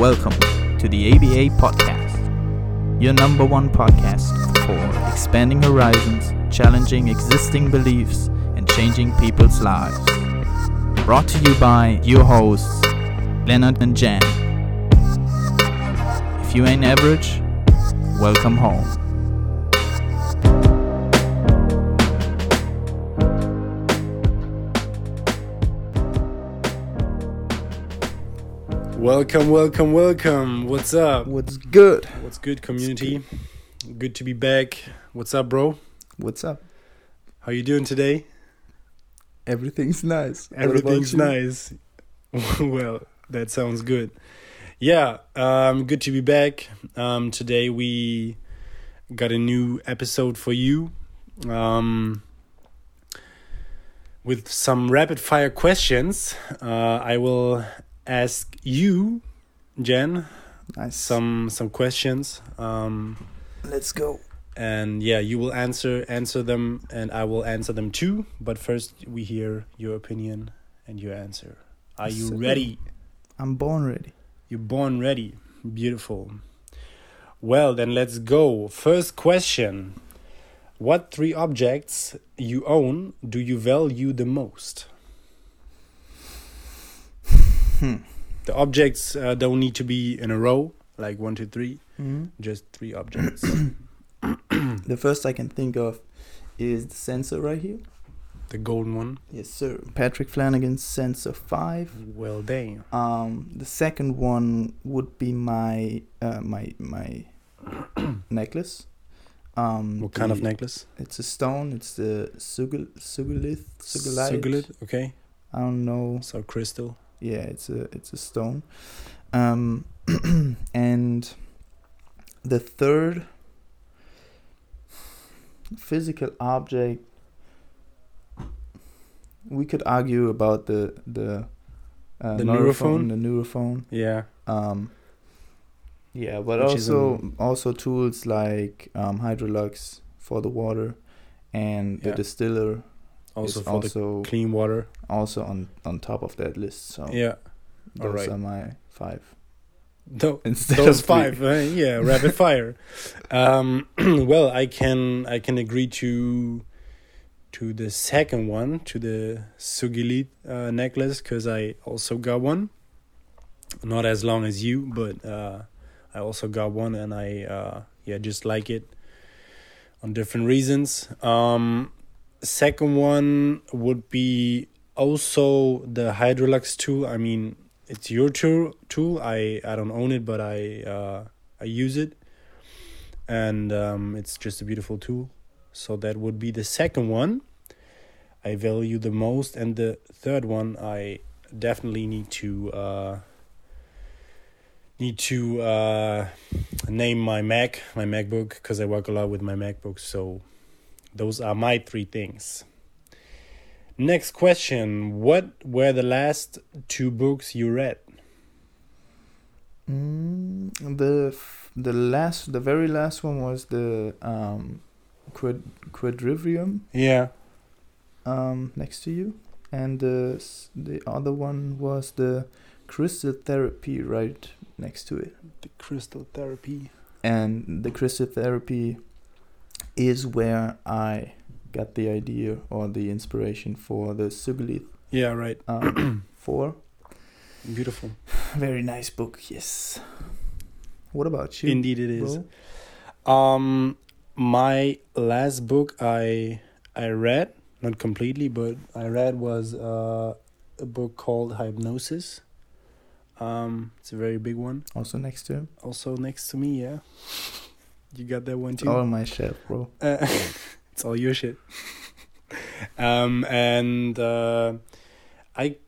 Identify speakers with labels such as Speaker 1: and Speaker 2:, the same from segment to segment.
Speaker 1: Welcome to the ABA Podcast, your number one podcast for expanding horizons, challenging existing beliefs, and changing people's lives. Brought to you by your hosts, Leonard and Jan. If you ain't average, welcome home.
Speaker 2: Welcome, welcome, welcome. What's up?
Speaker 3: What's good?
Speaker 2: What's good, community? good. to be back. What's up, bro?
Speaker 3: What's up?
Speaker 2: How you doing today?
Speaker 3: Everything's nice. What about
Speaker 2: Everything's
Speaker 3: you?
Speaker 2: nice. well, that sounds good. Yeah, um, good to be back. Um, today we got a new episode for you um, with some rapid fire questions. Uh, I will ask you, Jen,
Speaker 3: Nice.
Speaker 2: some some questions. Um,
Speaker 3: Let's go.
Speaker 2: and yeah you will answer answer them and i will answer them too but first we hear your opinion and your answer are you
Speaker 3: Sure.
Speaker 2: ready
Speaker 3: I'm born ready.
Speaker 2: you're born ready beautiful well then let's go first question what three objects you own do you value the most the objects uh, don't need to be in a row like one two three just three objects
Speaker 3: The first I can think of is the sensor right here.
Speaker 2: the golden one
Speaker 3: Yes, sir. Patrick Flanagan's Sensor 5.
Speaker 2: well damn
Speaker 3: Um, the second one would be my uh, my my necklace. Um,
Speaker 2: What kind of
Speaker 3: the-
Speaker 2: necklace?
Speaker 3: It's a stone. It's the sugul sugulith sugulite.
Speaker 2: Sugulith, Okay,
Speaker 3: I don't know.
Speaker 2: so crystal.
Speaker 3: yeah it's a it's a stone um and the third physical object we could argue about the the uh,
Speaker 2: The neurophone?
Speaker 3: the neurophone
Speaker 2: Yeah,
Speaker 3: um yeah but
Speaker 2: Which is
Speaker 3: also also tools like um hydrolux for the water and the
Speaker 2: Yeah.
Speaker 3: distiller
Speaker 2: also
Speaker 3: is
Speaker 2: for
Speaker 3: also
Speaker 2: the clean water.
Speaker 3: also on on top of that list so
Speaker 2: Yeah, All
Speaker 3: those
Speaker 2: right.
Speaker 3: are my five.
Speaker 2: Tho-
Speaker 3: Instead
Speaker 2: those
Speaker 3: of three.
Speaker 2: five. uh, yeah, rapid fire. Um, well, I can I can agree to to the second one to the Sugilith uh, necklace because I also got one. Not as long as you, but uh, I also got one, and I uh, yeah just like it on different reasons. Um, second one would be also the Hydrolux tool. I mean, it's your tool. Tool. I I don't own it, but I uh, I use it, and um, it's just a beautiful tool. So that would be the second one. I value the most, and the third one I definitely need to uh, need to uh, name my Mac, my MacBook, because I work a lot with my MacBook. So those are my three things. Next question: What were the last two books you read?
Speaker 3: Mm, the f- the last, the very last one was the um, quad quadrivium
Speaker 2: Yeah.
Speaker 3: um, next to you, and the s- the other one was the crystal therapy right next to it.
Speaker 2: The crystal therapy.
Speaker 3: And the crystal therapy is where I got the idea or the inspiration for the Sugulith
Speaker 2: Yeah, right.
Speaker 3: um, four.
Speaker 2: Beautiful.
Speaker 3: Very nice book. Yes. What about you?
Speaker 2: Indeed, it is.
Speaker 3: bro?
Speaker 2: Um, my last book I I read not completely, but I read was uh, a book called Hypnosis. Um, it's a very big one.
Speaker 3: Also next to him.
Speaker 2: Also next to me, yeah. You got that one
Speaker 3: It's
Speaker 2: too.
Speaker 3: all my shelf, bro.
Speaker 2: Uh, it's all your shit. um, and uh, I c-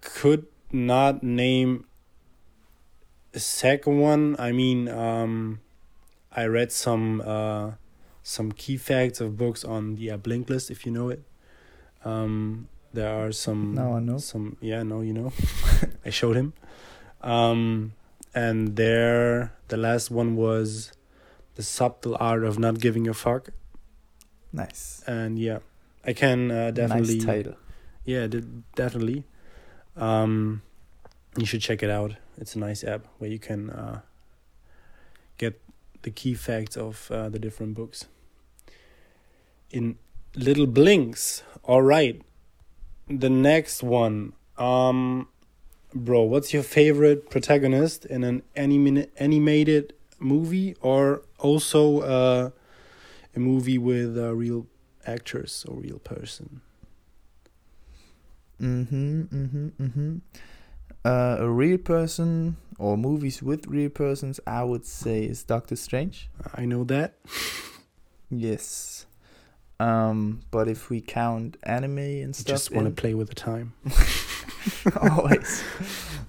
Speaker 2: could not name a second one. I mean, um, I read some uh, some key facts of books on the uh, Blink list, if you know it. Um, there are some.
Speaker 3: Now I know.
Speaker 2: Some yeah, no, you know, I showed him. Um, and there, the last one was the subtle art of not giving a fuck
Speaker 3: Nice.
Speaker 2: and yeah i can uh, definitely
Speaker 3: Nice title.
Speaker 2: yeah de- definitely um you should check it out. It's a nice app where you can uh, get the key facts of uh, the different books in little blinks. All right, the next one, um, bro. What's your favorite protagonist in an anime animated movie, or also uh, a movie with uh, real actors or real person?
Speaker 3: Mm-hmm. Mm-hmm. Mm-hmm. Uh, a real person or movies with real persons, I would say, is Doctor Strange.
Speaker 2: I know that.
Speaker 3: Yes. Um, but if we count anime and
Speaker 2: I
Speaker 3: stuff,
Speaker 2: just want to
Speaker 3: in-
Speaker 2: play with the time.
Speaker 3: always.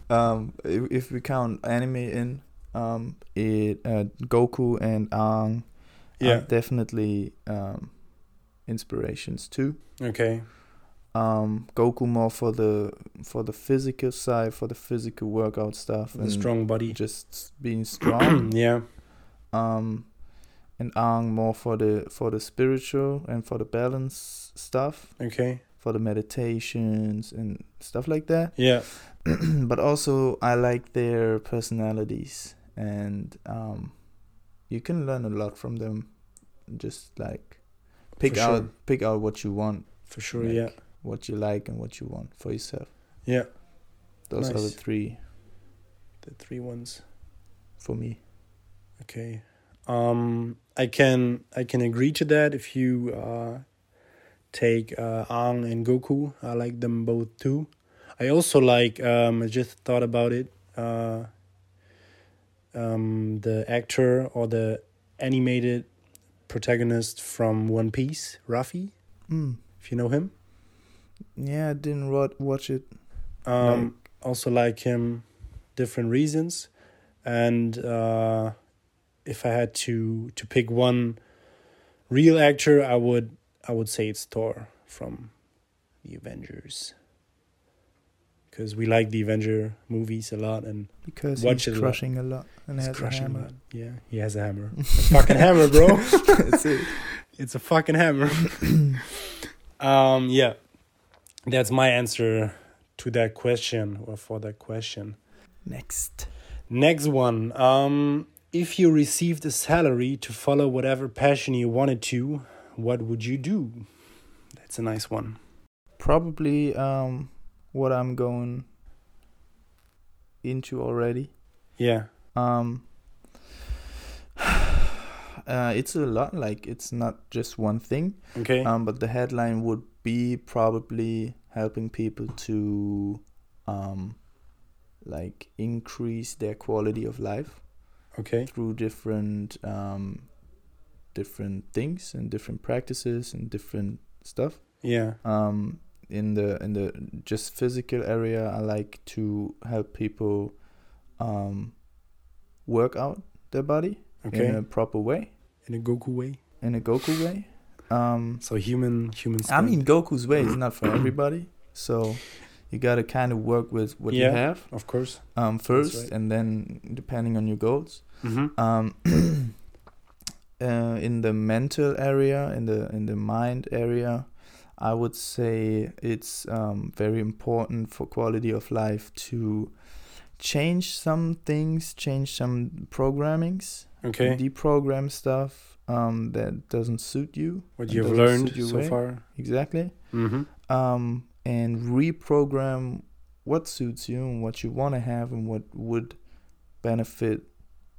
Speaker 3: Um, if, if we count anime in, um, it uh, Goku and Ang are
Speaker 2: Yeah.
Speaker 3: definitely um, inspirations too.
Speaker 2: Okay.
Speaker 3: Um, Goku more for the for the physical side, for the physical workout stuff,
Speaker 2: The strong body.
Speaker 3: just being strong.
Speaker 2: yeah.
Speaker 3: um, and Ang more for the for the spiritual and for the balance stuff,
Speaker 2: Okay.
Speaker 3: for the meditations and stuff like that.
Speaker 2: Yeah.
Speaker 3: but also I like their personalities, and um, you can learn a lot from them. Just like pick
Speaker 2: For
Speaker 3: out
Speaker 2: sure.
Speaker 3: pick out what you want,
Speaker 2: For sure.
Speaker 3: Like-
Speaker 2: Yeah.
Speaker 3: what you like, and what you want for yourself.
Speaker 2: Yeah.
Speaker 3: Those are the
Speaker 2: Nice.
Speaker 3: three
Speaker 2: The three ones.
Speaker 3: for me.
Speaker 2: Okay. Um, I can I can agree to that if you uh, take uh, Ang and Goku. I like them both too. I also like. Um, I just thought about it. Uh, um, the actor or the animated protagonist from One Piece, Ruffy,
Speaker 3: Mm.
Speaker 2: if you know him.
Speaker 3: Yeah, I didn't ro- watch it.
Speaker 2: Um, Also like him, different reasons, and uh, if I had to to pick one real actor, I would I would say it's Thor from the Avengers, because we like the Avenger movies a lot and
Speaker 3: because
Speaker 2: Watch it
Speaker 3: he's
Speaker 2: a lot.
Speaker 3: crushing a lot and
Speaker 2: he's
Speaker 3: has a
Speaker 2: crushing
Speaker 3: hammer.
Speaker 2: that. Yeah, he has a hammer, a fucking hammer, bro.
Speaker 3: That's it.
Speaker 2: It's a fucking hammer. um, yeah, that's my answer to that question or for that question.
Speaker 3: Next.
Speaker 2: Next one. Um, if you received a salary to follow whatever passion you wanted to, what would you do? That's a nice one.
Speaker 3: Probably um, what I'm going into already.
Speaker 2: Yeah.
Speaker 3: Um, uh, it's a lot. Like it's not just one thing.
Speaker 2: Okay.
Speaker 3: Um, but the headline would be probably helping people to, um, like increase their quality of life
Speaker 2: okay.
Speaker 3: through different um, different things and different practices and different stuff
Speaker 2: Yeah.
Speaker 3: um in the in the just physical area i like to help people um work out their body
Speaker 2: Okay.
Speaker 3: in a proper way
Speaker 2: In a Goku way.
Speaker 3: in a goku way um
Speaker 2: So human, human.
Speaker 3: i
Speaker 2: strength.
Speaker 3: mean goku's way is not for everybody so you gotta kind of work with what you
Speaker 2: Yeah.
Speaker 3: have
Speaker 2: of course.
Speaker 3: um first
Speaker 2: right.
Speaker 3: and then depending on your goals
Speaker 2: Mm-hmm.
Speaker 3: um uh, in the mental area in the in the mind area i would say it's um, very important for quality of life to change some things change some programmings
Speaker 2: Okay.
Speaker 3: deprogram stuff um, that doesn't suit you
Speaker 2: What
Speaker 3: and
Speaker 2: you have
Speaker 3: doesn't
Speaker 2: learned
Speaker 3: suit your
Speaker 2: so
Speaker 3: way.
Speaker 2: far.
Speaker 3: exactly
Speaker 2: Mm-hmm.
Speaker 3: um, and reprogram what suits you and what you want to have and what would benefit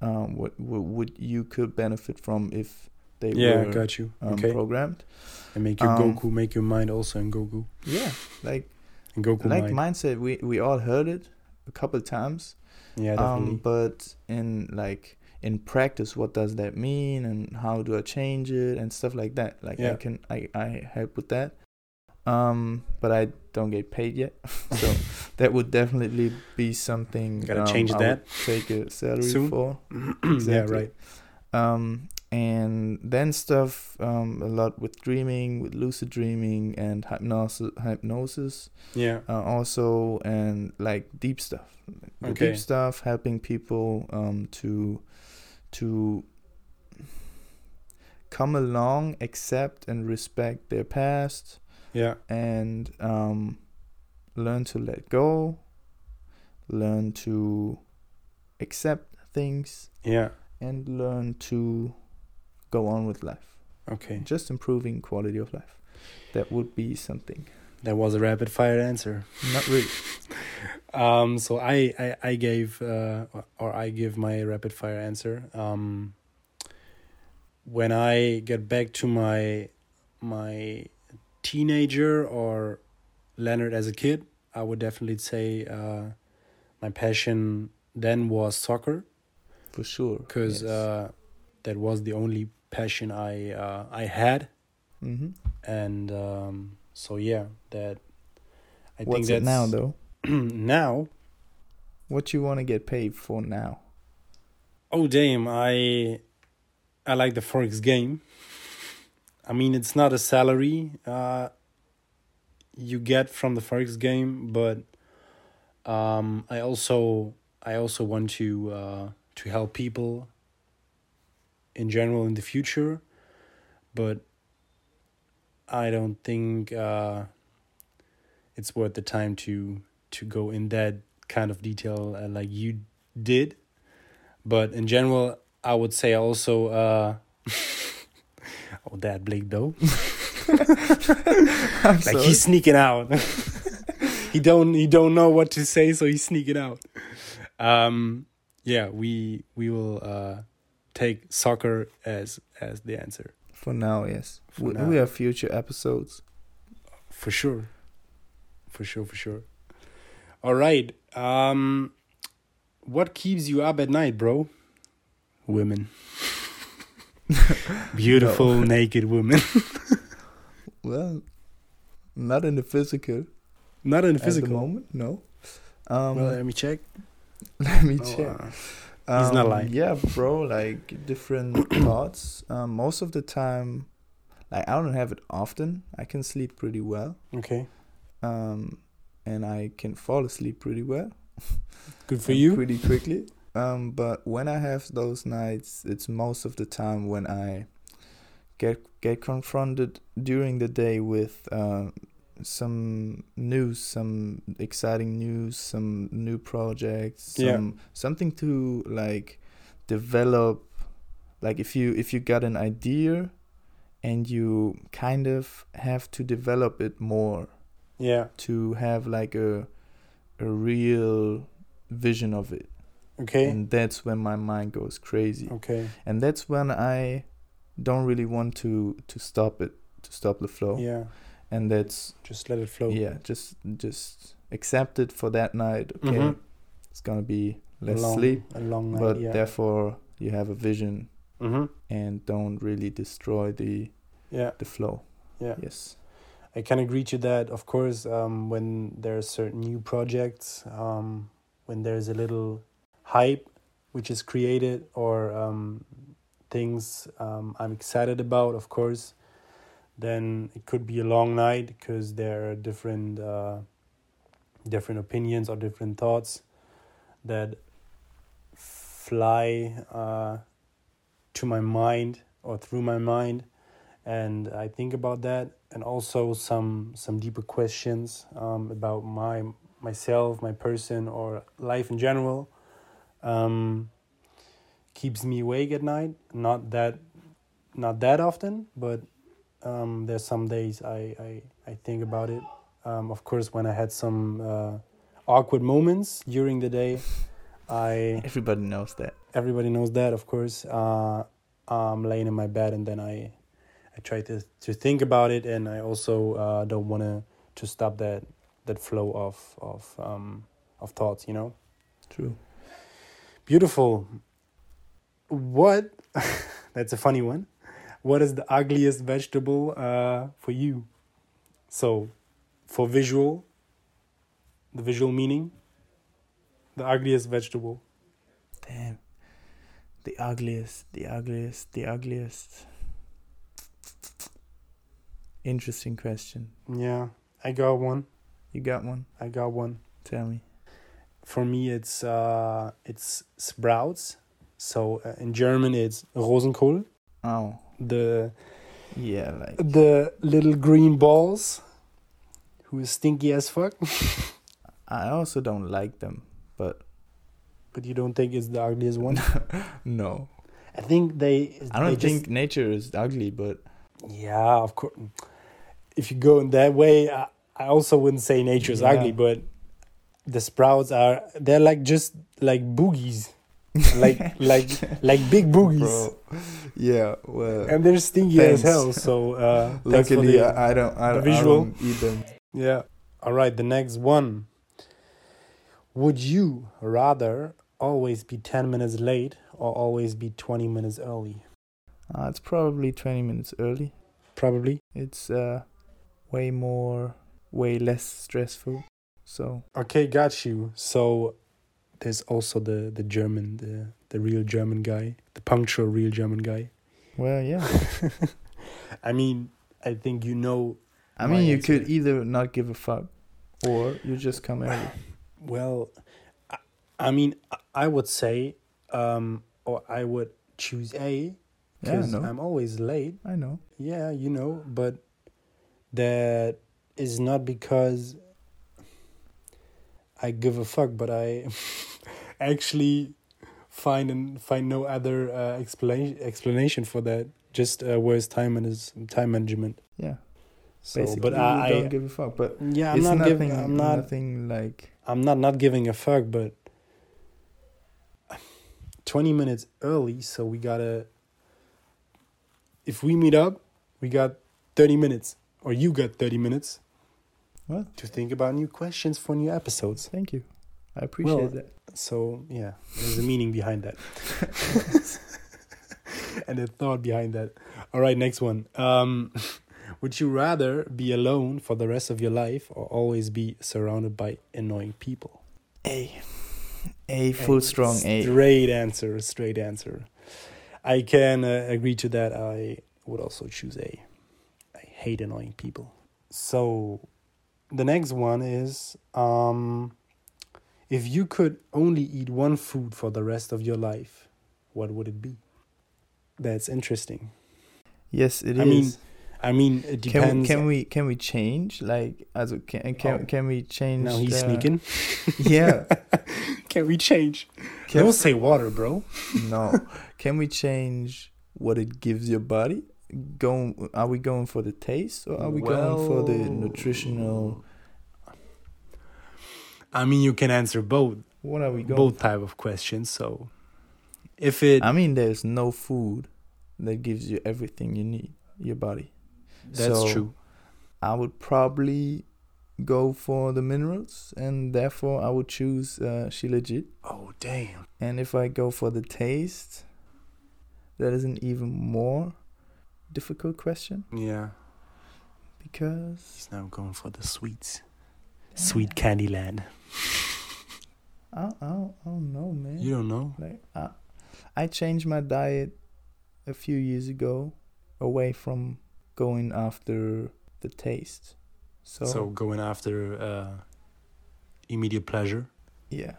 Speaker 3: um, what, what would you could benefit from if they
Speaker 2: Yeah,
Speaker 3: were
Speaker 2: got you.
Speaker 3: um,
Speaker 2: okay.
Speaker 3: programmed
Speaker 2: and make your
Speaker 3: um,
Speaker 2: Goku, make your mind also in Goku.
Speaker 3: yeah like
Speaker 2: In Goku
Speaker 3: like
Speaker 2: mind.
Speaker 3: mindset we we all heard it a couple times
Speaker 2: Yeah, definitely.
Speaker 3: um, but in like in practice what does that mean and how do i change it and stuff like that like i
Speaker 2: Yeah.
Speaker 3: can I, I help with that um but i don't get paid yet so that would definitely be something
Speaker 2: Gotta
Speaker 3: um,
Speaker 2: change
Speaker 3: I
Speaker 2: that
Speaker 3: would take a salary
Speaker 2: soon.
Speaker 3: for
Speaker 2: Yeah,
Speaker 3: exactly.
Speaker 2: right.
Speaker 3: um and then stuff um a lot with dreaming with lucid dreaming and hypnosis hypnosis
Speaker 2: Yeah.
Speaker 3: uh, also and like deep stuff The
Speaker 2: Okay.
Speaker 3: deep stuff helping people um, to to come along accept and respect their past
Speaker 2: Yeah.
Speaker 3: and um, learn to let go learn to accept things
Speaker 2: Yeah.
Speaker 3: and learn to go on with life.
Speaker 2: Okay.
Speaker 3: Just improving quality of life. That would be something.
Speaker 2: That was a rapid fire answer.
Speaker 3: Not really.
Speaker 2: Um, so I, I, I gave uh, or I give my rapid fire answer. Um, when I get back to my my teenager or Leonard as a kid, I would definitely say uh, my passion then was soccer
Speaker 3: For sure.
Speaker 2: because uh, that was the only passion I uh, I had,
Speaker 3: mm-hmm.
Speaker 2: and um, so yeah, that I
Speaker 3: What's
Speaker 2: think that's
Speaker 3: it now though?
Speaker 2: now
Speaker 3: What you want to get paid for now?
Speaker 2: Oh damn! I I like the forex game. I mean, it's not a salary uh, you get from the forex game, but um, I also I also want to uh, to help people in general in the future, but I don't think uh, it's worth the time to to go in that kind of detail uh, like you did but in general, I would say also, uh, oh, that Blake though,
Speaker 3: I'm
Speaker 2: like
Speaker 3: sorry.
Speaker 2: he's sneaking out. he don't he don't know what to say, so he's sneaking out. Um, yeah, we we will uh, take soccer as as the answer
Speaker 3: for now, yes.
Speaker 2: For
Speaker 3: we,
Speaker 2: now.
Speaker 3: we have future episodes.
Speaker 2: for sure, for sure, for sure. All right. Um, what keeps you up at night, bro? Women. Beautiful naked women.
Speaker 3: Well, not in the physical.
Speaker 2: Not in the physical.
Speaker 3: Physical at the moment, no. Um,
Speaker 2: well, let me check.
Speaker 3: let me
Speaker 2: Oh,
Speaker 3: check.
Speaker 2: uh, He's not
Speaker 3: Um,
Speaker 2: lying.
Speaker 3: Yeah, bro. Like different thoughts. Um, most of the time, like I don't have it often. I can sleep pretty well.
Speaker 2: okay,
Speaker 3: Um, and I can fall asleep pretty well.
Speaker 2: good for
Speaker 3: and
Speaker 2: you.
Speaker 3: Pretty quickly. Um, but when I have those nights, it's most of the time when I get get confronted during the day with uh, some news, some exciting news, some new projects, some
Speaker 2: Yeah.
Speaker 3: something to like develop. Like if you if you got an idea and you kind of have to develop it more
Speaker 2: Yeah.
Speaker 3: to have like a a real vision of it
Speaker 2: Okay. Oh.
Speaker 3: and that's when my mind goes crazy
Speaker 2: Okay.
Speaker 3: and that's when i don't really want to to stop it to stop the flow
Speaker 2: Yeah. Oh.
Speaker 3: and that's
Speaker 2: Just let it flow.
Speaker 3: yeah just just accept it for that night okay
Speaker 2: Mhm.
Speaker 3: it's gonna be
Speaker 2: A
Speaker 3: less
Speaker 2: long,
Speaker 3: sleep
Speaker 2: A long night.
Speaker 3: but
Speaker 2: uh, yeah.
Speaker 3: therefore you have a vision
Speaker 2: hmm
Speaker 3: and don't really destroy the
Speaker 2: Yeah.
Speaker 3: the flow
Speaker 2: Yeah.
Speaker 3: yes
Speaker 2: I can agree to that. Of course, um, when there are certain new projects, um, when there's a little hype which is created or um, things um, I'm excited about, of course, then it could be a long night because there are different uh, different opinions or different thoughts that fly uh, to my mind or through my mind and I think about that, and also some some deeper questions um, about my myself, my person, or life in general. Um, keeps me awake at night. Not that, not that often, but um, there's some days I I, I think about it. Um, of course, when I had some uh, awkward moments during the day, I
Speaker 3: everybody knows that
Speaker 2: everybody knows that of course uh, i'm laying in my bed and then i i try to to think about it and i also uh, don't want to to stop that that flow of of um of thoughts you know
Speaker 3: true
Speaker 2: beautiful what that's a funny one what is the ugliest vegetable uh for you so for visual the visual meaning the ugliest vegetable
Speaker 3: Damn. The ugliest, the ugliest, the ugliest. Interesting question.
Speaker 2: yeah i got one
Speaker 3: You got one?
Speaker 2: i got one
Speaker 3: Tell me.
Speaker 2: for me it's uh it's sprouts so uh, in german it's rosenkohl
Speaker 3: Oh,
Speaker 2: the
Speaker 3: yeah, like
Speaker 2: the little green balls who is stinky as fuck
Speaker 3: I also don't like them. but
Speaker 2: But you don't think it's the ugliest one?
Speaker 3: no.
Speaker 2: I think they.
Speaker 3: I don't
Speaker 2: they just-
Speaker 3: think nature is ugly, but
Speaker 2: Yeah, of course. If you go in that way, I, I also wouldn't say nature's
Speaker 3: Yeah.
Speaker 2: ugly, but the sprouts are they're like just like boogies, like like like big boogies,
Speaker 3: bro, yeah. Well,
Speaker 2: and they're stingy as
Speaker 3: Thanks.
Speaker 2: hell. So uh, thanks for
Speaker 3: luckily
Speaker 2: the-
Speaker 3: I, I don't. I,
Speaker 2: the
Speaker 3: I
Speaker 2: visual.
Speaker 3: don't eat them.
Speaker 2: yeah. All right, the next one. Would you rather always be ten minutes late or always be twenty minutes early?
Speaker 3: Uh, it's probably twenty minutes early.
Speaker 2: Probably.
Speaker 3: It's uh, way more, way less stressful. So
Speaker 2: Okay, got you. So there's also the the German, the the real German guy, the punctual real German guy.
Speaker 3: well, yeah.
Speaker 2: I mean, I think you know.
Speaker 3: I
Speaker 2: My
Speaker 3: mean, you
Speaker 2: answer.
Speaker 3: could either not give a fuck, or you just come early.
Speaker 2: Well, I, I mean, I- I would say, um, or I would choose A
Speaker 3: Yeah, I
Speaker 2: because
Speaker 3: know.
Speaker 2: I'm always late.
Speaker 3: I know.
Speaker 2: Yeah, you know, but that is not because I give a fuck, but I actually find and find no other uh, explanation explanation for that. Just uh, worse time and is time management.
Speaker 3: Yeah.
Speaker 2: So,
Speaker 3: Basically,
Speaker 2: but
Speaker 3: you
Speaker 2: I,
Speaker 3: don't give a fuck. But
Speaker 2: I yeah, I'm
Speaker 3: it's
Speaker 2: not giving.
Speaker 3: nothing.
Speaker 2: I'm not.
Speaker 3: nothing like.
Speaker 2: I'm not not giving a fuck, but twenty minutes early, so we gotta. If we meet up, we got thirty minutes, or you got thirty minutes.
Speaker 3: Well.
Speaker 2: To think about new questions for new episodes.
Speaker 3: Thank you. I appreciate
Speaker 2: Well,
Speaker 3: that.
Speaker 2: So yeah, there's a meaning behind that, and a thought behind that. All right, next one. Um, would you rather be alone for the rest of your life, or always be surrounded by annoying people?
Speaker 3: A, a full strong A.
Speaker 2: Straight answer, straight answer. I can uh, agree to that. I would also choose A. I hate annoying people. So the next one is um, if you could only eat one food for the rest of your life, what would it be? That's interesting.
Speaker 3: Yes, it is.
Speaker 2: I mean, I mean, it
Speaker 3: can we,
Speaker 2: depends.
Speaker 3: can we can we change like as can can,
Speaker 2: Oh.
Speaker 3: can we change? uh,
Speaker 2: now he's
Speaker 3: the-
Speaker 2: sneaking.
Speaker 3: Yeah.
Speaker 2: Can we change?
Speaker 3: Can-
Speaker 2: Don't say water, bro.
Speaker 3: no. Can we change what it gives your body? Going? Are we going for the taste or are we going for the
Speaker 2: Well-
Speaker 3: nutritional?
Speaker 2: I mean, you can answer both.
Speaker 3: What are we going?
Speaker 2: both type of questions. So, if it
Speaker 3: I mean, there's no food that gives you everything you need, your body.
Speaker 2: that's
Speaker 3: so-
Speaker 2: true,
Speaker 3: I would probably go for the minerals, and therefore I would choose uh, Shilajit.
Speaker 2: oh damn,
Speaker 3: And if I go for the taste, that is an even more difficult question
Speaker 2: yeah,
Speaker 3: because
Speaker 2: he's now going for the sweets, sweet candy land.
Speaker 3: I, I, don't, I don't know, man.
Speaker 2: You don't know,
Speaker 3: Like I, I changed my diet a few years ago away from going after the taste. So,
Speaker 2: so going after uh, immediate pleasure,
Speaker 3: yeah,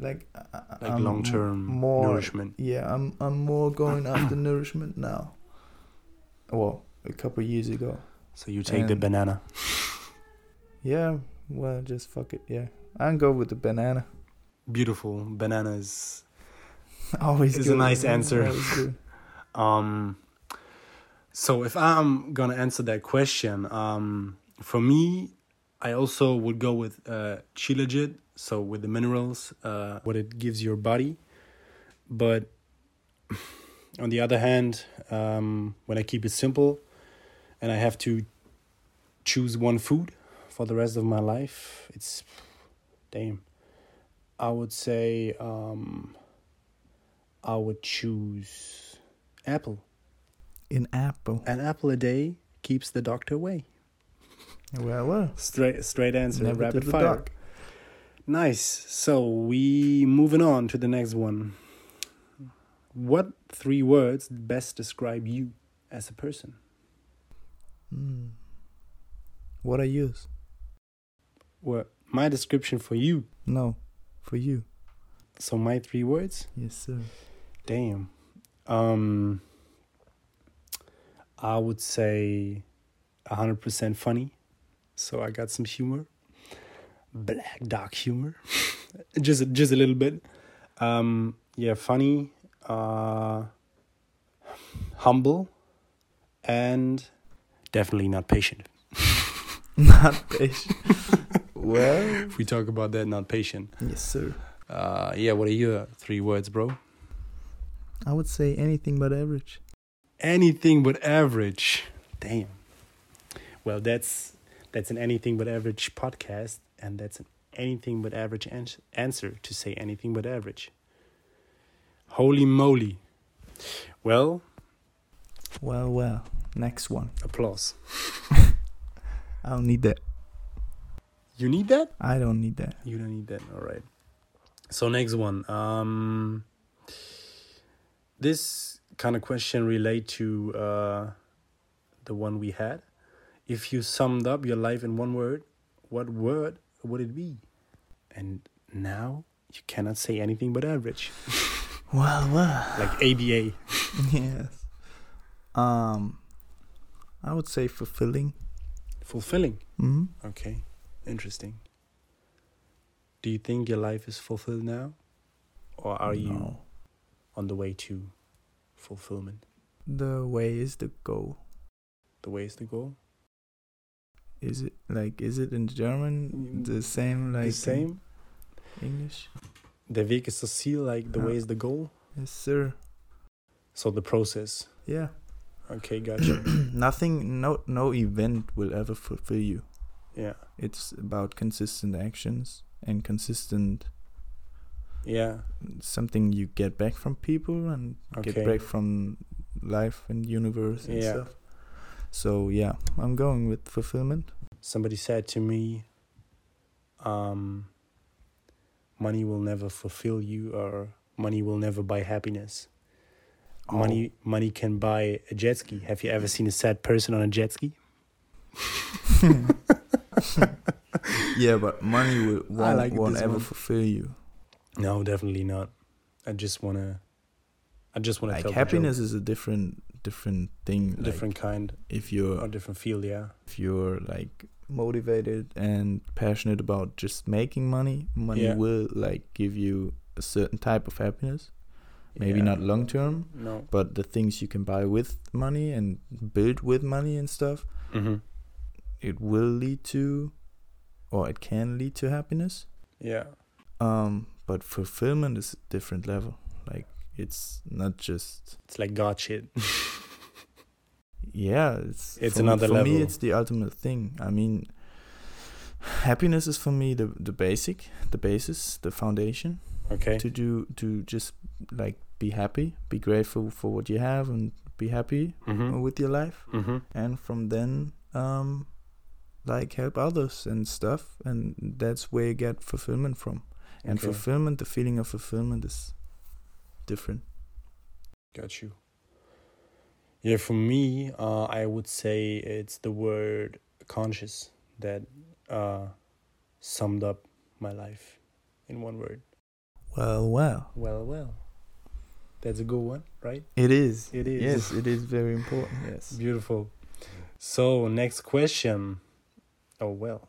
Speaker 3: like I- I-
Speaker 2: like
Speaker 3: I'm
Speaker 2: long term
Speaker 3: m- Um, more.
Speaker 2: nourishment.
Speaker 3: Yeah, I'm I'm more going after nourishment now. Well, a couple years ago.
Speaker 2: So you take the
Speaker 3: and-
Speaker 2: banana.
Speaker 3: Yeah, well, just fuck it. Yeah, I can go with the banana.
Speaker 2: Beautiful bananas.
Speaker 3: Always
Speaker 2: It's a
Speaker 3: good.
Speaker 2: nice answer.
Speaker 3: Always good.
Speaker 2: Um, so if I'm gonna answer that question, um, for me, I also would go with uh, Chilajit, so with the minerals, uh, what it gives your body. But on the other hand, um, when I keep it simple, and I have to choose one food for the rest of my life, it's damn. I would say um, I would choose apple.
Speaker 3: An apple.
Speaker 2: An apple a day keeps the doctor away.
Speaker 3: Well, well.
Speaker 2: Straight, straight answer.
Speaker 3: Never
Speaker 2: rapid
Speaker 3: did the
Speaker 2: fire.
Speaker 3: duck.
Speaker 2: Nice. So we moving on to the next one. What three words best describe you as a person?
Speaker 3: Mm. What I use?
Speaker 2: Well, my description for you.
Speaker 3: No, for you.
Speaker 2: So my three words.
Speaker 3: Yes, sir.
Speaker 2: Damn. Um. I would say, hundred percent funny. So I got some humor. Black dark humor. just just a little bit. Um, yeah, funny, uh, humble, and definitely not patient.
Speaker 3: Not patient. well,
Speaker 2: If we talk about that, not patient.
Speaker 3: yes, sir.
Speaker 2: Uh, yeah, what are your three words, bro?
Speaker 3: I would say anything but average.
Speaker 2: Anything but average. Damn. Well, that's that's an anything but average podcast, and that's an anything but average ans- answer to say anything but average. Holy moly! Well,
Speaker 3: Well, well. Next one.
Speaker 2: applause.
Speaker 3: I don't need that.
Speaker 2: You need that.
Speaker 3: I don't need that.
Speaker 2: You don't need that. All right. So next one. Um, this kind of question relate to uh, the one we had. If you summed up your life in one word, what word would it be? And now you cannot say anything but average,
Speaker 3: Well, well.
Speaker 2: like ABA.
Speaker 3: yes. Um, I would say fulfilling.
Speaker 2: Fulfilling.
Speaker 3: hmm
Speaker 2: Okay, interesting. Do you think your life is fulfilled now, or are you
Speaker 3: No.
Speaker 2: on the way to fulfillment?
Speaker 3: The way is the goal.
Speaker 2: The way is the goal.
Speaker 3: Is it like? Is it in German the same like
Speaker 2: Mm. the same.
Speaker 3: in English?
Speaker 2: The Weg is the seal, like the way
Speaker 3: Yeah.
Speaker 2: is the goal.
Speaker 3: Yes, sir.
Speaker 2: So the process.
Speaker 3: Yeah.
Speaker 2: Okay, gotcha.
Speaker 3: Nothing. No. No event will ever fulfill you.
Speaker 2: yeah,
Speaker 3: It's about consistent actions and consistent
Speaker 2: yeah.
Speaker 3: something you get back from people and
Speaker 2: Okay.
Speaker 3: get back from life and universe and
Speaker 2: Yeah.
Speaker 3: stuff. So yeah, I'm going with fulfillment.
Speaker 2: Somebody said to me, um, "Money will never fulfill you, or money will never buy happiness.
Speaker 3: Oh.
Speaker 2: Money, money can buy a jet ski. Have you ever seen a sad person on a jet ski?
Speaker 3: Yeah, but money will won't,
Speaker 2: like
Speaker 3: won't
Speaker 2: this
Speaker 3: ever
Speaker 2: one.
Speaker 3: fulfill you.
Speaker 2: No, definitely not. I just wanna, I just wanna
Speaker 3: Like
Speaker 2: tell the joke.
Speaker 3: happiness is a different different thing. like, uh,
Speaker 2: different kind
Speaker 3: if
Speaker 2: or
Speaker 3: you're
Speaker 2: different field. Yeah,
Speaker 3: if you're like motivated and passionate about just making money, money
Speaker 2: Yeah.
Speaker 3: will like give you a certain type of happiness. Maybe
Speaker 2: Yeah.
Speaker 3: not long term,
Speaker 2: No.
Speaker 3: but the things you can buy with money and build with money and stuff,
Speaker 2: Mm-hmm.
Speaker 3: it will lead to, or it can lead to happiness.
Speaker 2: Yeah.
Speaker 3: Um, but fulfillment is a different level. Like it's not just
Speaker 2: It's like God shit.
Speaker 3: yeah. It's
Speaker 2: It's
Speaker 3: for me-
Speaker 2: another
Speaker 3: for me.
Speaker 2: level.
Speaker 3: It's the ultimate thing. I mean, happiness is for me the the basic, the basis, the foundation
Speaker 2: Okay.
Speaker 3: to do to just like be happy, be grateful for what you have, and be happy
Speaker 2: Mm-hmm.
Speaker 3: with your life.
Speaker 2: Mm-hmm.
Speaker 3: and from then um like help others and stuff and that's where you get fulfillment from and
Speaker 2: Okay.
Speaker 3: fulfillment the feeling of fulfillment is different
Speaker 2: Got you. Yeah, for me, uh, I would say it's the word conscious that uh, summed up my life in one word.
Speaker 3: well well
Speaker 2: Well, well. That's a good one, right?
Speaker 3: it is
Speaker 2: It is.
Speaker 3: yes it is very important yes
Speaker 2: Beautiful. So, next question. Oh, well.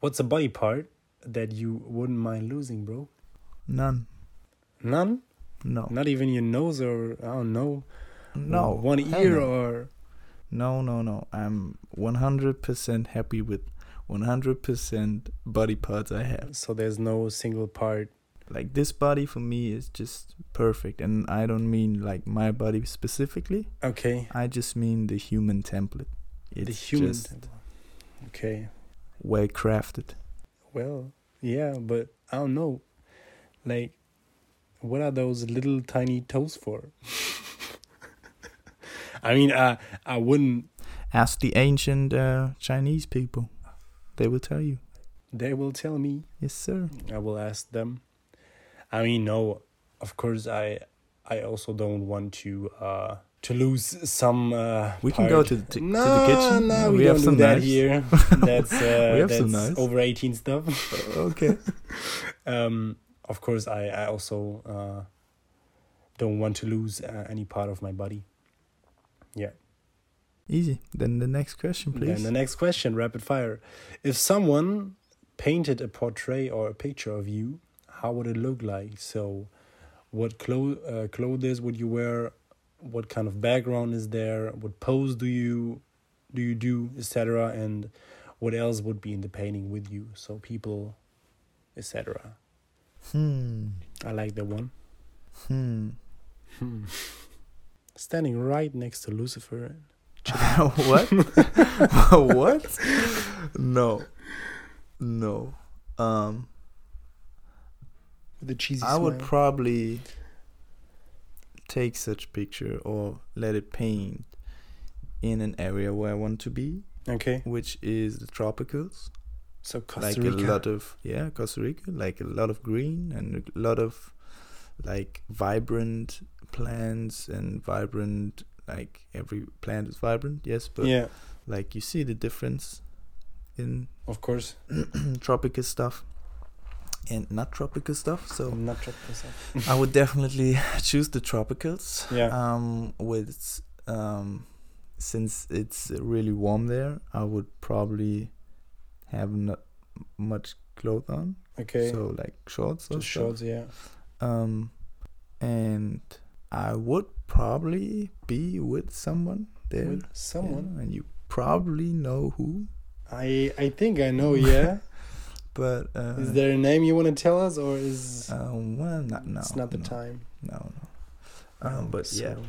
Speaker 2: What's a body part that you wouldn't mind losing, bro?
Speaker 3: none
Speaker 2: None?
Speaker 3: no
Speaker 2: Not even your nose or, I don't know,
Speaker 3: no
Speaker 2: one
Speaker 3: hell
Speaker 2: ear
Speaker 3: no.
Speaker 2: or.
Speaker 3: no no no i'm 100% happy with 100% body parts i have
Speaker 2: So, there's no single part
Speaker 3: like this body for me is just perfect and i don't mean like my body specifically
Speaker 2: Okay.
Speaker 3: I just mean the human template. It's
Speaker 2: the human.
Speaker 3: just
Speaker 2: temple. Okay.
Speaker 3: well crafted.
Speaker 2: Well, yeah, but I don't know. Like, what are those little tiny toes for? I mean, I I wouldn't.
Speaker 3: Ask the ancient uh, Chinese people; they will tell you.
Speaker 2: They will tell me.
Speaker 3: Yes, sir.
Speaker 2: I will ask them. I mean, no. Of course, I I also don't want to uh to lose some. Uh,
Speaker 3: We can go
Speaker 2: part.
Speaker 3: to the, to
Speaker 2: no,
Speaker 3: the kitchen.
Speaker 2: No,
Speaker 3: Yeah,
Speaker 2: we, don't do that
Speaker 3: knives.
Speaker 2: here. That's uh,
Speaker 3: We have
Speaker 2: that's
Speaker 3: some knives.
Speaker 2: over eighteen stuff.
Speaker 3: okay.
Speaker 2: um, of course, I, I also uh, don't want to lose uh, any part of my body.
Speaker 3: Easy. Then the next question, please.
Speaker 2: And the next question, rapid fire. If someone painted a portrait or a picture of you, how would it look like? So, what clo- uh, clothes would you wear? What kind of background is there? What pose do you do you do, etc. And what else would be in the painting with you? So people, etc.
Speaker 3: Hmm.
Speaker 2: I like that one.
Speaker 3: Hmm.
Speaker 2: Standing right next to Lucifer.
Speaker 3: what? what? No. No. Um
Speaker 2: The cheesy
Speaker 3: I would probably take such picture or let it paint in an area where I want to be,
Speaker 2: okay.
Speaker 3: which is the tropicals.
Speaker 2: So Costa
Speaker 3: like
Speaker 2: Rica.
Speaker 3: a lot of yeah costa rica like a lot of green and a lot of like vibrant plants and vibrant like every plant is vibrant yes but
Speaker 2: yeah,
Speaker 3: like you see the difference in
Speaker 2: of course.
Speaker 3: tropical stuff and not tropical stuff so
Speaker 2: I'm not chopped this up.
Speaker 3: i would definitely choose the tropicals
Speaker 2: Yeah.
Speaker 3: um with um since it's really warm there i would probably have not much clothes on
Speaker 2: Okay.
Speaker 3: so like shorts or
Speaker 2: Just
Speaker 3: shorts
Speaker 2: shorts. Yeah.
Speaker 3: um and i would probably be with someone there
Speaker 2: With
Speaker 3: yeah,
Speaker 2: someone.
Speaker 3: and you probably know who
Speaker 2: I I think I know. Yeah.
Speaker 3: but uh,
Speaker 2: is there a name you want to tell us, or is
Speaker 3: um, well not now
Speaker 2: it's not the
Speaker 3: no,
Speaker 2: time?
Speaker 3: no no um, but yeah
Speaker 2: so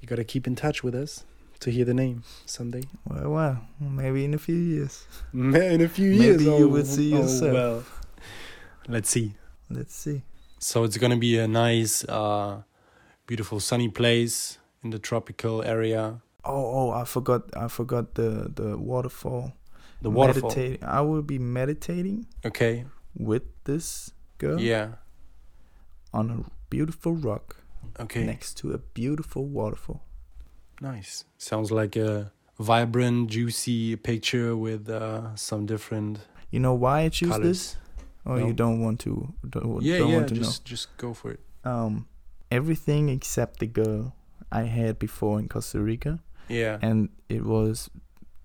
Speaker 2: you gotta keep in touch with us to hear the name someday.
Speaker 3: well, well maybe in a few years
Speaker 2: Ma- In a few
Speaker 3: Maybe
Speaker 2: years,
Speaker 3: you
Speaker 2: oh,
Speaker 3: will see
Speaker 2: oh,
Speaker 3: yourself.
Speaker 2: Well, let's see.
Speaker 3: let's see
Speaker 2: So it's gonna be a nice, uh, beautiful, sunny place in the tropical area.
Speaker 3: oh oh i forgot i forgot the the waterfall
Speaker 2: The waterfall.
Speaker 3: Meditating. i will be meditating
Speaker 2: Okay.
Speaker 3: with this girl
Speaker 2: Yeah.
Speaker 3: on a beautiful rock
Speaker 2: Okay.
Speaker 3: next to a beautiful waterfall.
Speaker 2: Nice. Sounds like a vibrant, juicy picture with uh, some different
Speaker 3: You know why I choose
Speaker 2: colors.
Speaker 3: this? Or
Speaker 2: No.
Speaker 3: you don't want to? Don't,
Speaker 2: yeah,
Speaker 3: don't
Speaker 2: yeah.
Speaker 3: want to
Speaker 2: just just go for it.
Speaker 3: know. Um, everything except the girl I had before in Costa Rica,
Speaker 2: Yeah.
Speaker 3: and it was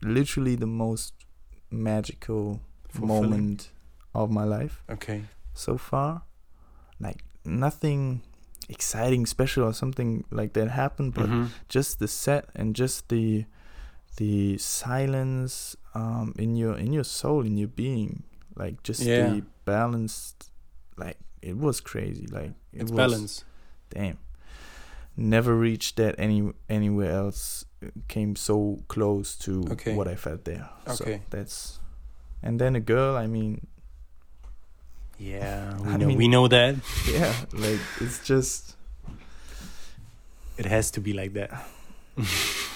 Speaker 3: literally the most magical
Speaker 2: Fulfilling.
Speaker 3: moment of my life
Speaker 2: Okay.
Speaker 3: so far. Like nothing exciting, special, or something like that happened, but
Speaker 2: Mhm.
Speaker 3: just the set and just the the silence um in your in your soul in your being like just
Speaker 2: Yeah.
Speaker 3: the balanced like it was crazy like it
Speaker 2: It's
Speaker 3: was
Speaker 2: balance.
Speaker 3: damn never reached that any anywhere else It came so close to
Speaker 2: Okay.
Speaker 3: what i felt there
Speaker 2: Okay.
Speaker 3: so that's and then a girl i mean
Speaker 2: Yeah,
Speaker 3: I
Speaker 2: we know,
Speaker 3: mean-
Speaker 2: we know that.
Speaker 3: yeah like it's just
Speaker 2: It has to be like that.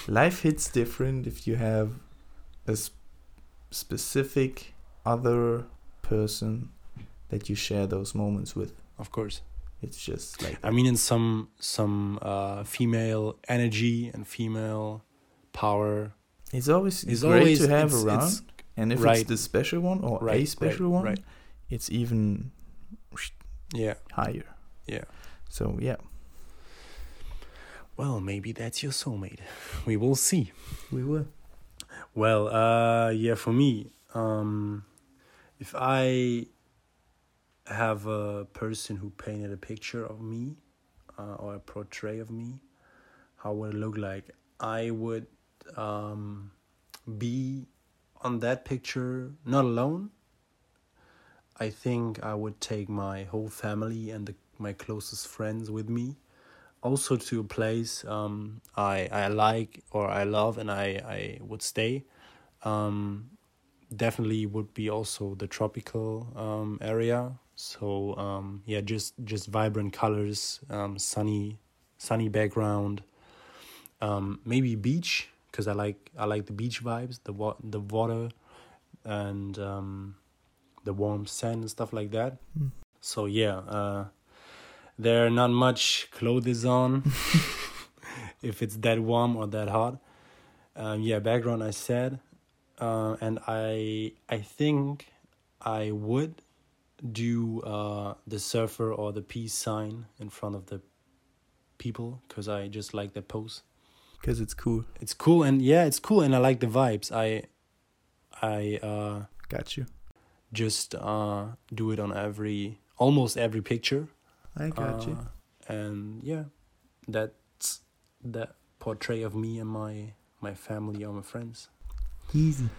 Speaker 3: life hits different if you have a s- specific other person that you share those moments with
Speaker 2: Of course.
Speaker 3: it's just like
Speaker 2: I mean, in some some uh, female energy and female power
Speaker 3: it's always
Speaker 2: is
Speaker 3: great
Speaker 2: always
Speaker 3: to have
Speaker 2: it's-
Speaker 3: around
Speaker 2: it's-
Speaker 3: and if
Speaker 2: right.
Speaker 3: it's the special one or
Speaker 2: Right,
Speaker 3: a
Speaker 2: right,
Speaker 3: special one
Speaker 2: right.
Speaker 3: it's even
Speaker 2: yeah.
Speaker 3: higher
Speaker 2: Yeah.
Speaker 3: so yeah
Speaker 2: Well, maybe that's your soulmate. We will see.
Speaker 3: we will
Speaker 2: Well, uh, yeah, for me, um, if I have a person who painted a picture of me uh, or a portrait of me, how would it look like? I would um, be on that picture not alone. I think I would take my whole family and the, my closest friends with me also to a place um, I I like or I love and I I would stay. Um, definitely would be also the tropical um, area. So um, yeah, just just vibrant colors, um, sunny sunny background, um, maybe beach because I like I like the beach vibes, the wa- the water, and um, the warm sand and stuff like that.
Speaker 3: Mm.
Speaker 2: So yeah. Uh, there are not much clothes on if it's that warm or that hot um, yeah background i said uh, and i i think i would do uh, the surfer or the peace sign in front of the people because i just like that pose
Speaker 3: because it's cool
Speaker 2: it's cool and yeah it's cool and i like the vibes i i uh
Speaker 3: got you
Speaker 2: just uh, do it on every almost every picture.
Speaker 3: I got you.
Speaker 2: Uh, And yeah, that's that portray of me and my my family or my friends.
Speaker 3: Easy.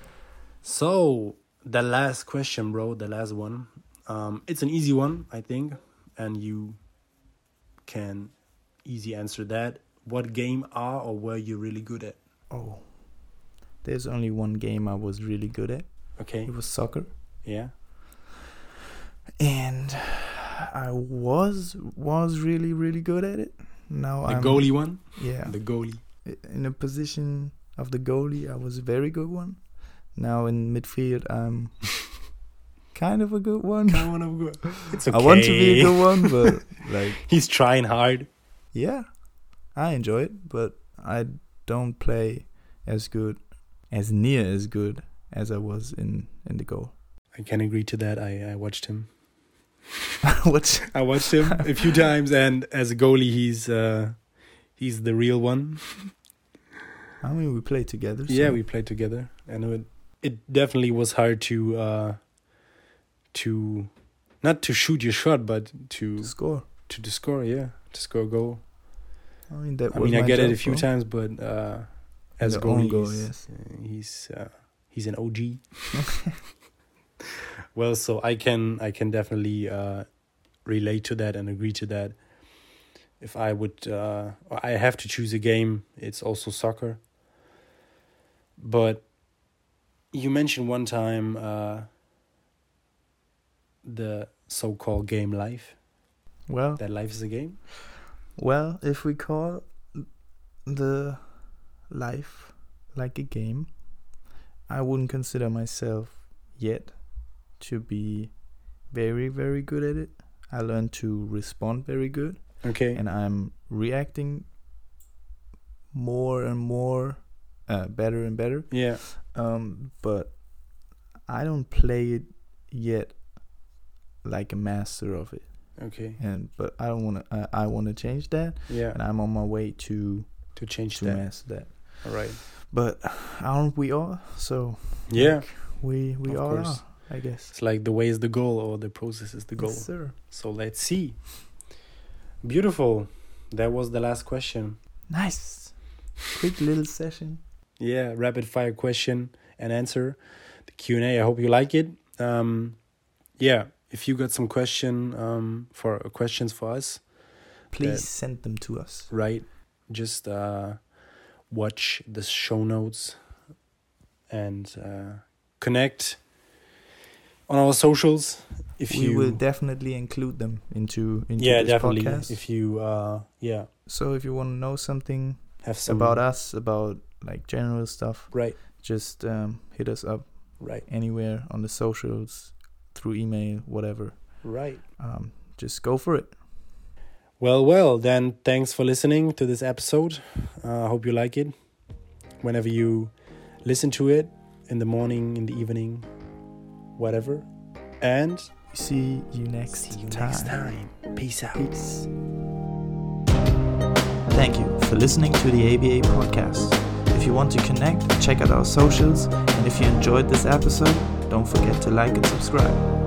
Speaker 2: So the last question, bro, the last one. Um, it's an easy one, I think, and you can easy answer that. What game are or were you really good at?
Speaker 3: Oh, there's only one game I was really good at.
Speaker 2: Okay,
Speaker 3: It was soccer,
Speaker 2: yeah,
Speaker 3: and I was was really really good at it. Now
Speaker 2: the
Speaker 3: I'm
Speaker 2: goalie one,
Speaker 3: Yeah,
Speaker 2: the goalie.
Speaker 3: in a position of the goalie, I was a very good one. Now in midfield, I'm kind of a good one.
Speaker 2: Kind of good. It's okay.
Speaker 3: I want to be a good one, but like
Speaker 2: He's trying hard.
Speaker 3: yeah, I enjoy it, but I don't play as good, as near as good as I was in in the goal.
Speaker 2: I can agree to that. I, I watched him.
Speaker 3: What's
Speaker 2: I watched him a few times, and as a goalie, he's uh, he's the real one.
Speaker 3: I mean, we play together. So
Speaker 2: Yeah, we played together, and it it definitely was hard to uh to not to shoot your shot, but to
Speaker 3: to score.
Speaker 2: to, to score. Yeah, to score a goal.
Speaker 3: I mean, that
Speaker 2: I
Speaker 3: was
Speaker 2: mean, I
Speaker 3: my
Speaker 2: get it
Speaker 3: job,
Speaker 2: a few
Speaker 3: bro.
Speaker 2: times, but uh as a
Speaker 3: The own
Speaker 2: goalie,
Speaker 3: goal,
Speaker 2: he's,
Speaker 3: yes.
Speaker 2: uh, he's uh, he's an OG. well, so I can I can definitely uh relate to that and agree to that. If I would, uh I have to choose a game. It's also soccer. But you mentioned one time uh, the so-called game life.
Speaker 3: Well,
Speaker 2: That life is a game.
Speaker 3: well, if we call the life like a game, I wouldn't consider myself yet to be very, very good at it. I learned to respond very good.
Speaker 2: Okay.
Speaker 3: and I'm reacting more and more, uh, better and better.
Speaker 2: yeah.
Speaker 3: Um, but I don't play it yet like a master of it.
Speaker 2: Okay.
Speaker 3: And but I don't want to. I, I want to change that,
Speaker 2: Yeah.
Speaker 3: and I'm on my way to
Speaker 2: To change
Speaker 3: to
Speaker 2: that.
Speaker 3: master that.
Speaker 2: All right.
Speaker 3: But aren't we all? So
Speaker 2: Yeah.
Speaker 3: we we
Speaker 2: Of
Speaker 3: all
Speaker 2: course.
Speaker 3: are, I guess.
Speaker 2: It's like the way is the goal or the process is the goal.
Speaker 3: Yes, sir.
Speaker 2: So let's see. Beautiful. That was the last question.
Speaker 3: Nice. Quick little session.
Speaker 2: Yeah, rapid fire question and answer. The Q&A. I hope you like it. Um yeah, if you got some question um for questions for us,
Speaker 3: Please send them to us.
Speaker 2: right? Just uh, watch the show notes and uh, connect on our socials. If
Speaker 3: we
Speaker 2: you
Speaker 3: will definitely include them into into
Speaker 2: yeah,
Speaker 3: this
Speaker 2: definitely.
Speaker 3: podcast.
Speaker 2: If you uh, yeah,
Speaker 3: so if you want to know something
Speaker 2: have some
Speaker 3: about us, about like general stuff,
Speaker 2: Right,
Speaker 3: just um, hit us up
Speaker 2: right,
Speaker 3: anywhere on the socials, through email, whatever.
Speaker 2: right.
Speaker 3: Um, just go for it.
Speaker 2: Well, well, then thanks for listening to this episode. I uh, hope you like it. Whenever you listen to it in the morning, in the evening, whatever. And
Speaker 3: See you next
Speaker 2: see you
Speaker 3: time.
Speaker 2: next time. Peace out.
Speaker 3: Peace.
Speaker 1: Thank you for listening to the ABA podcast. If you want to connect, check out our socials, and if you enjoyed this episode, don't forget to like and subscribe.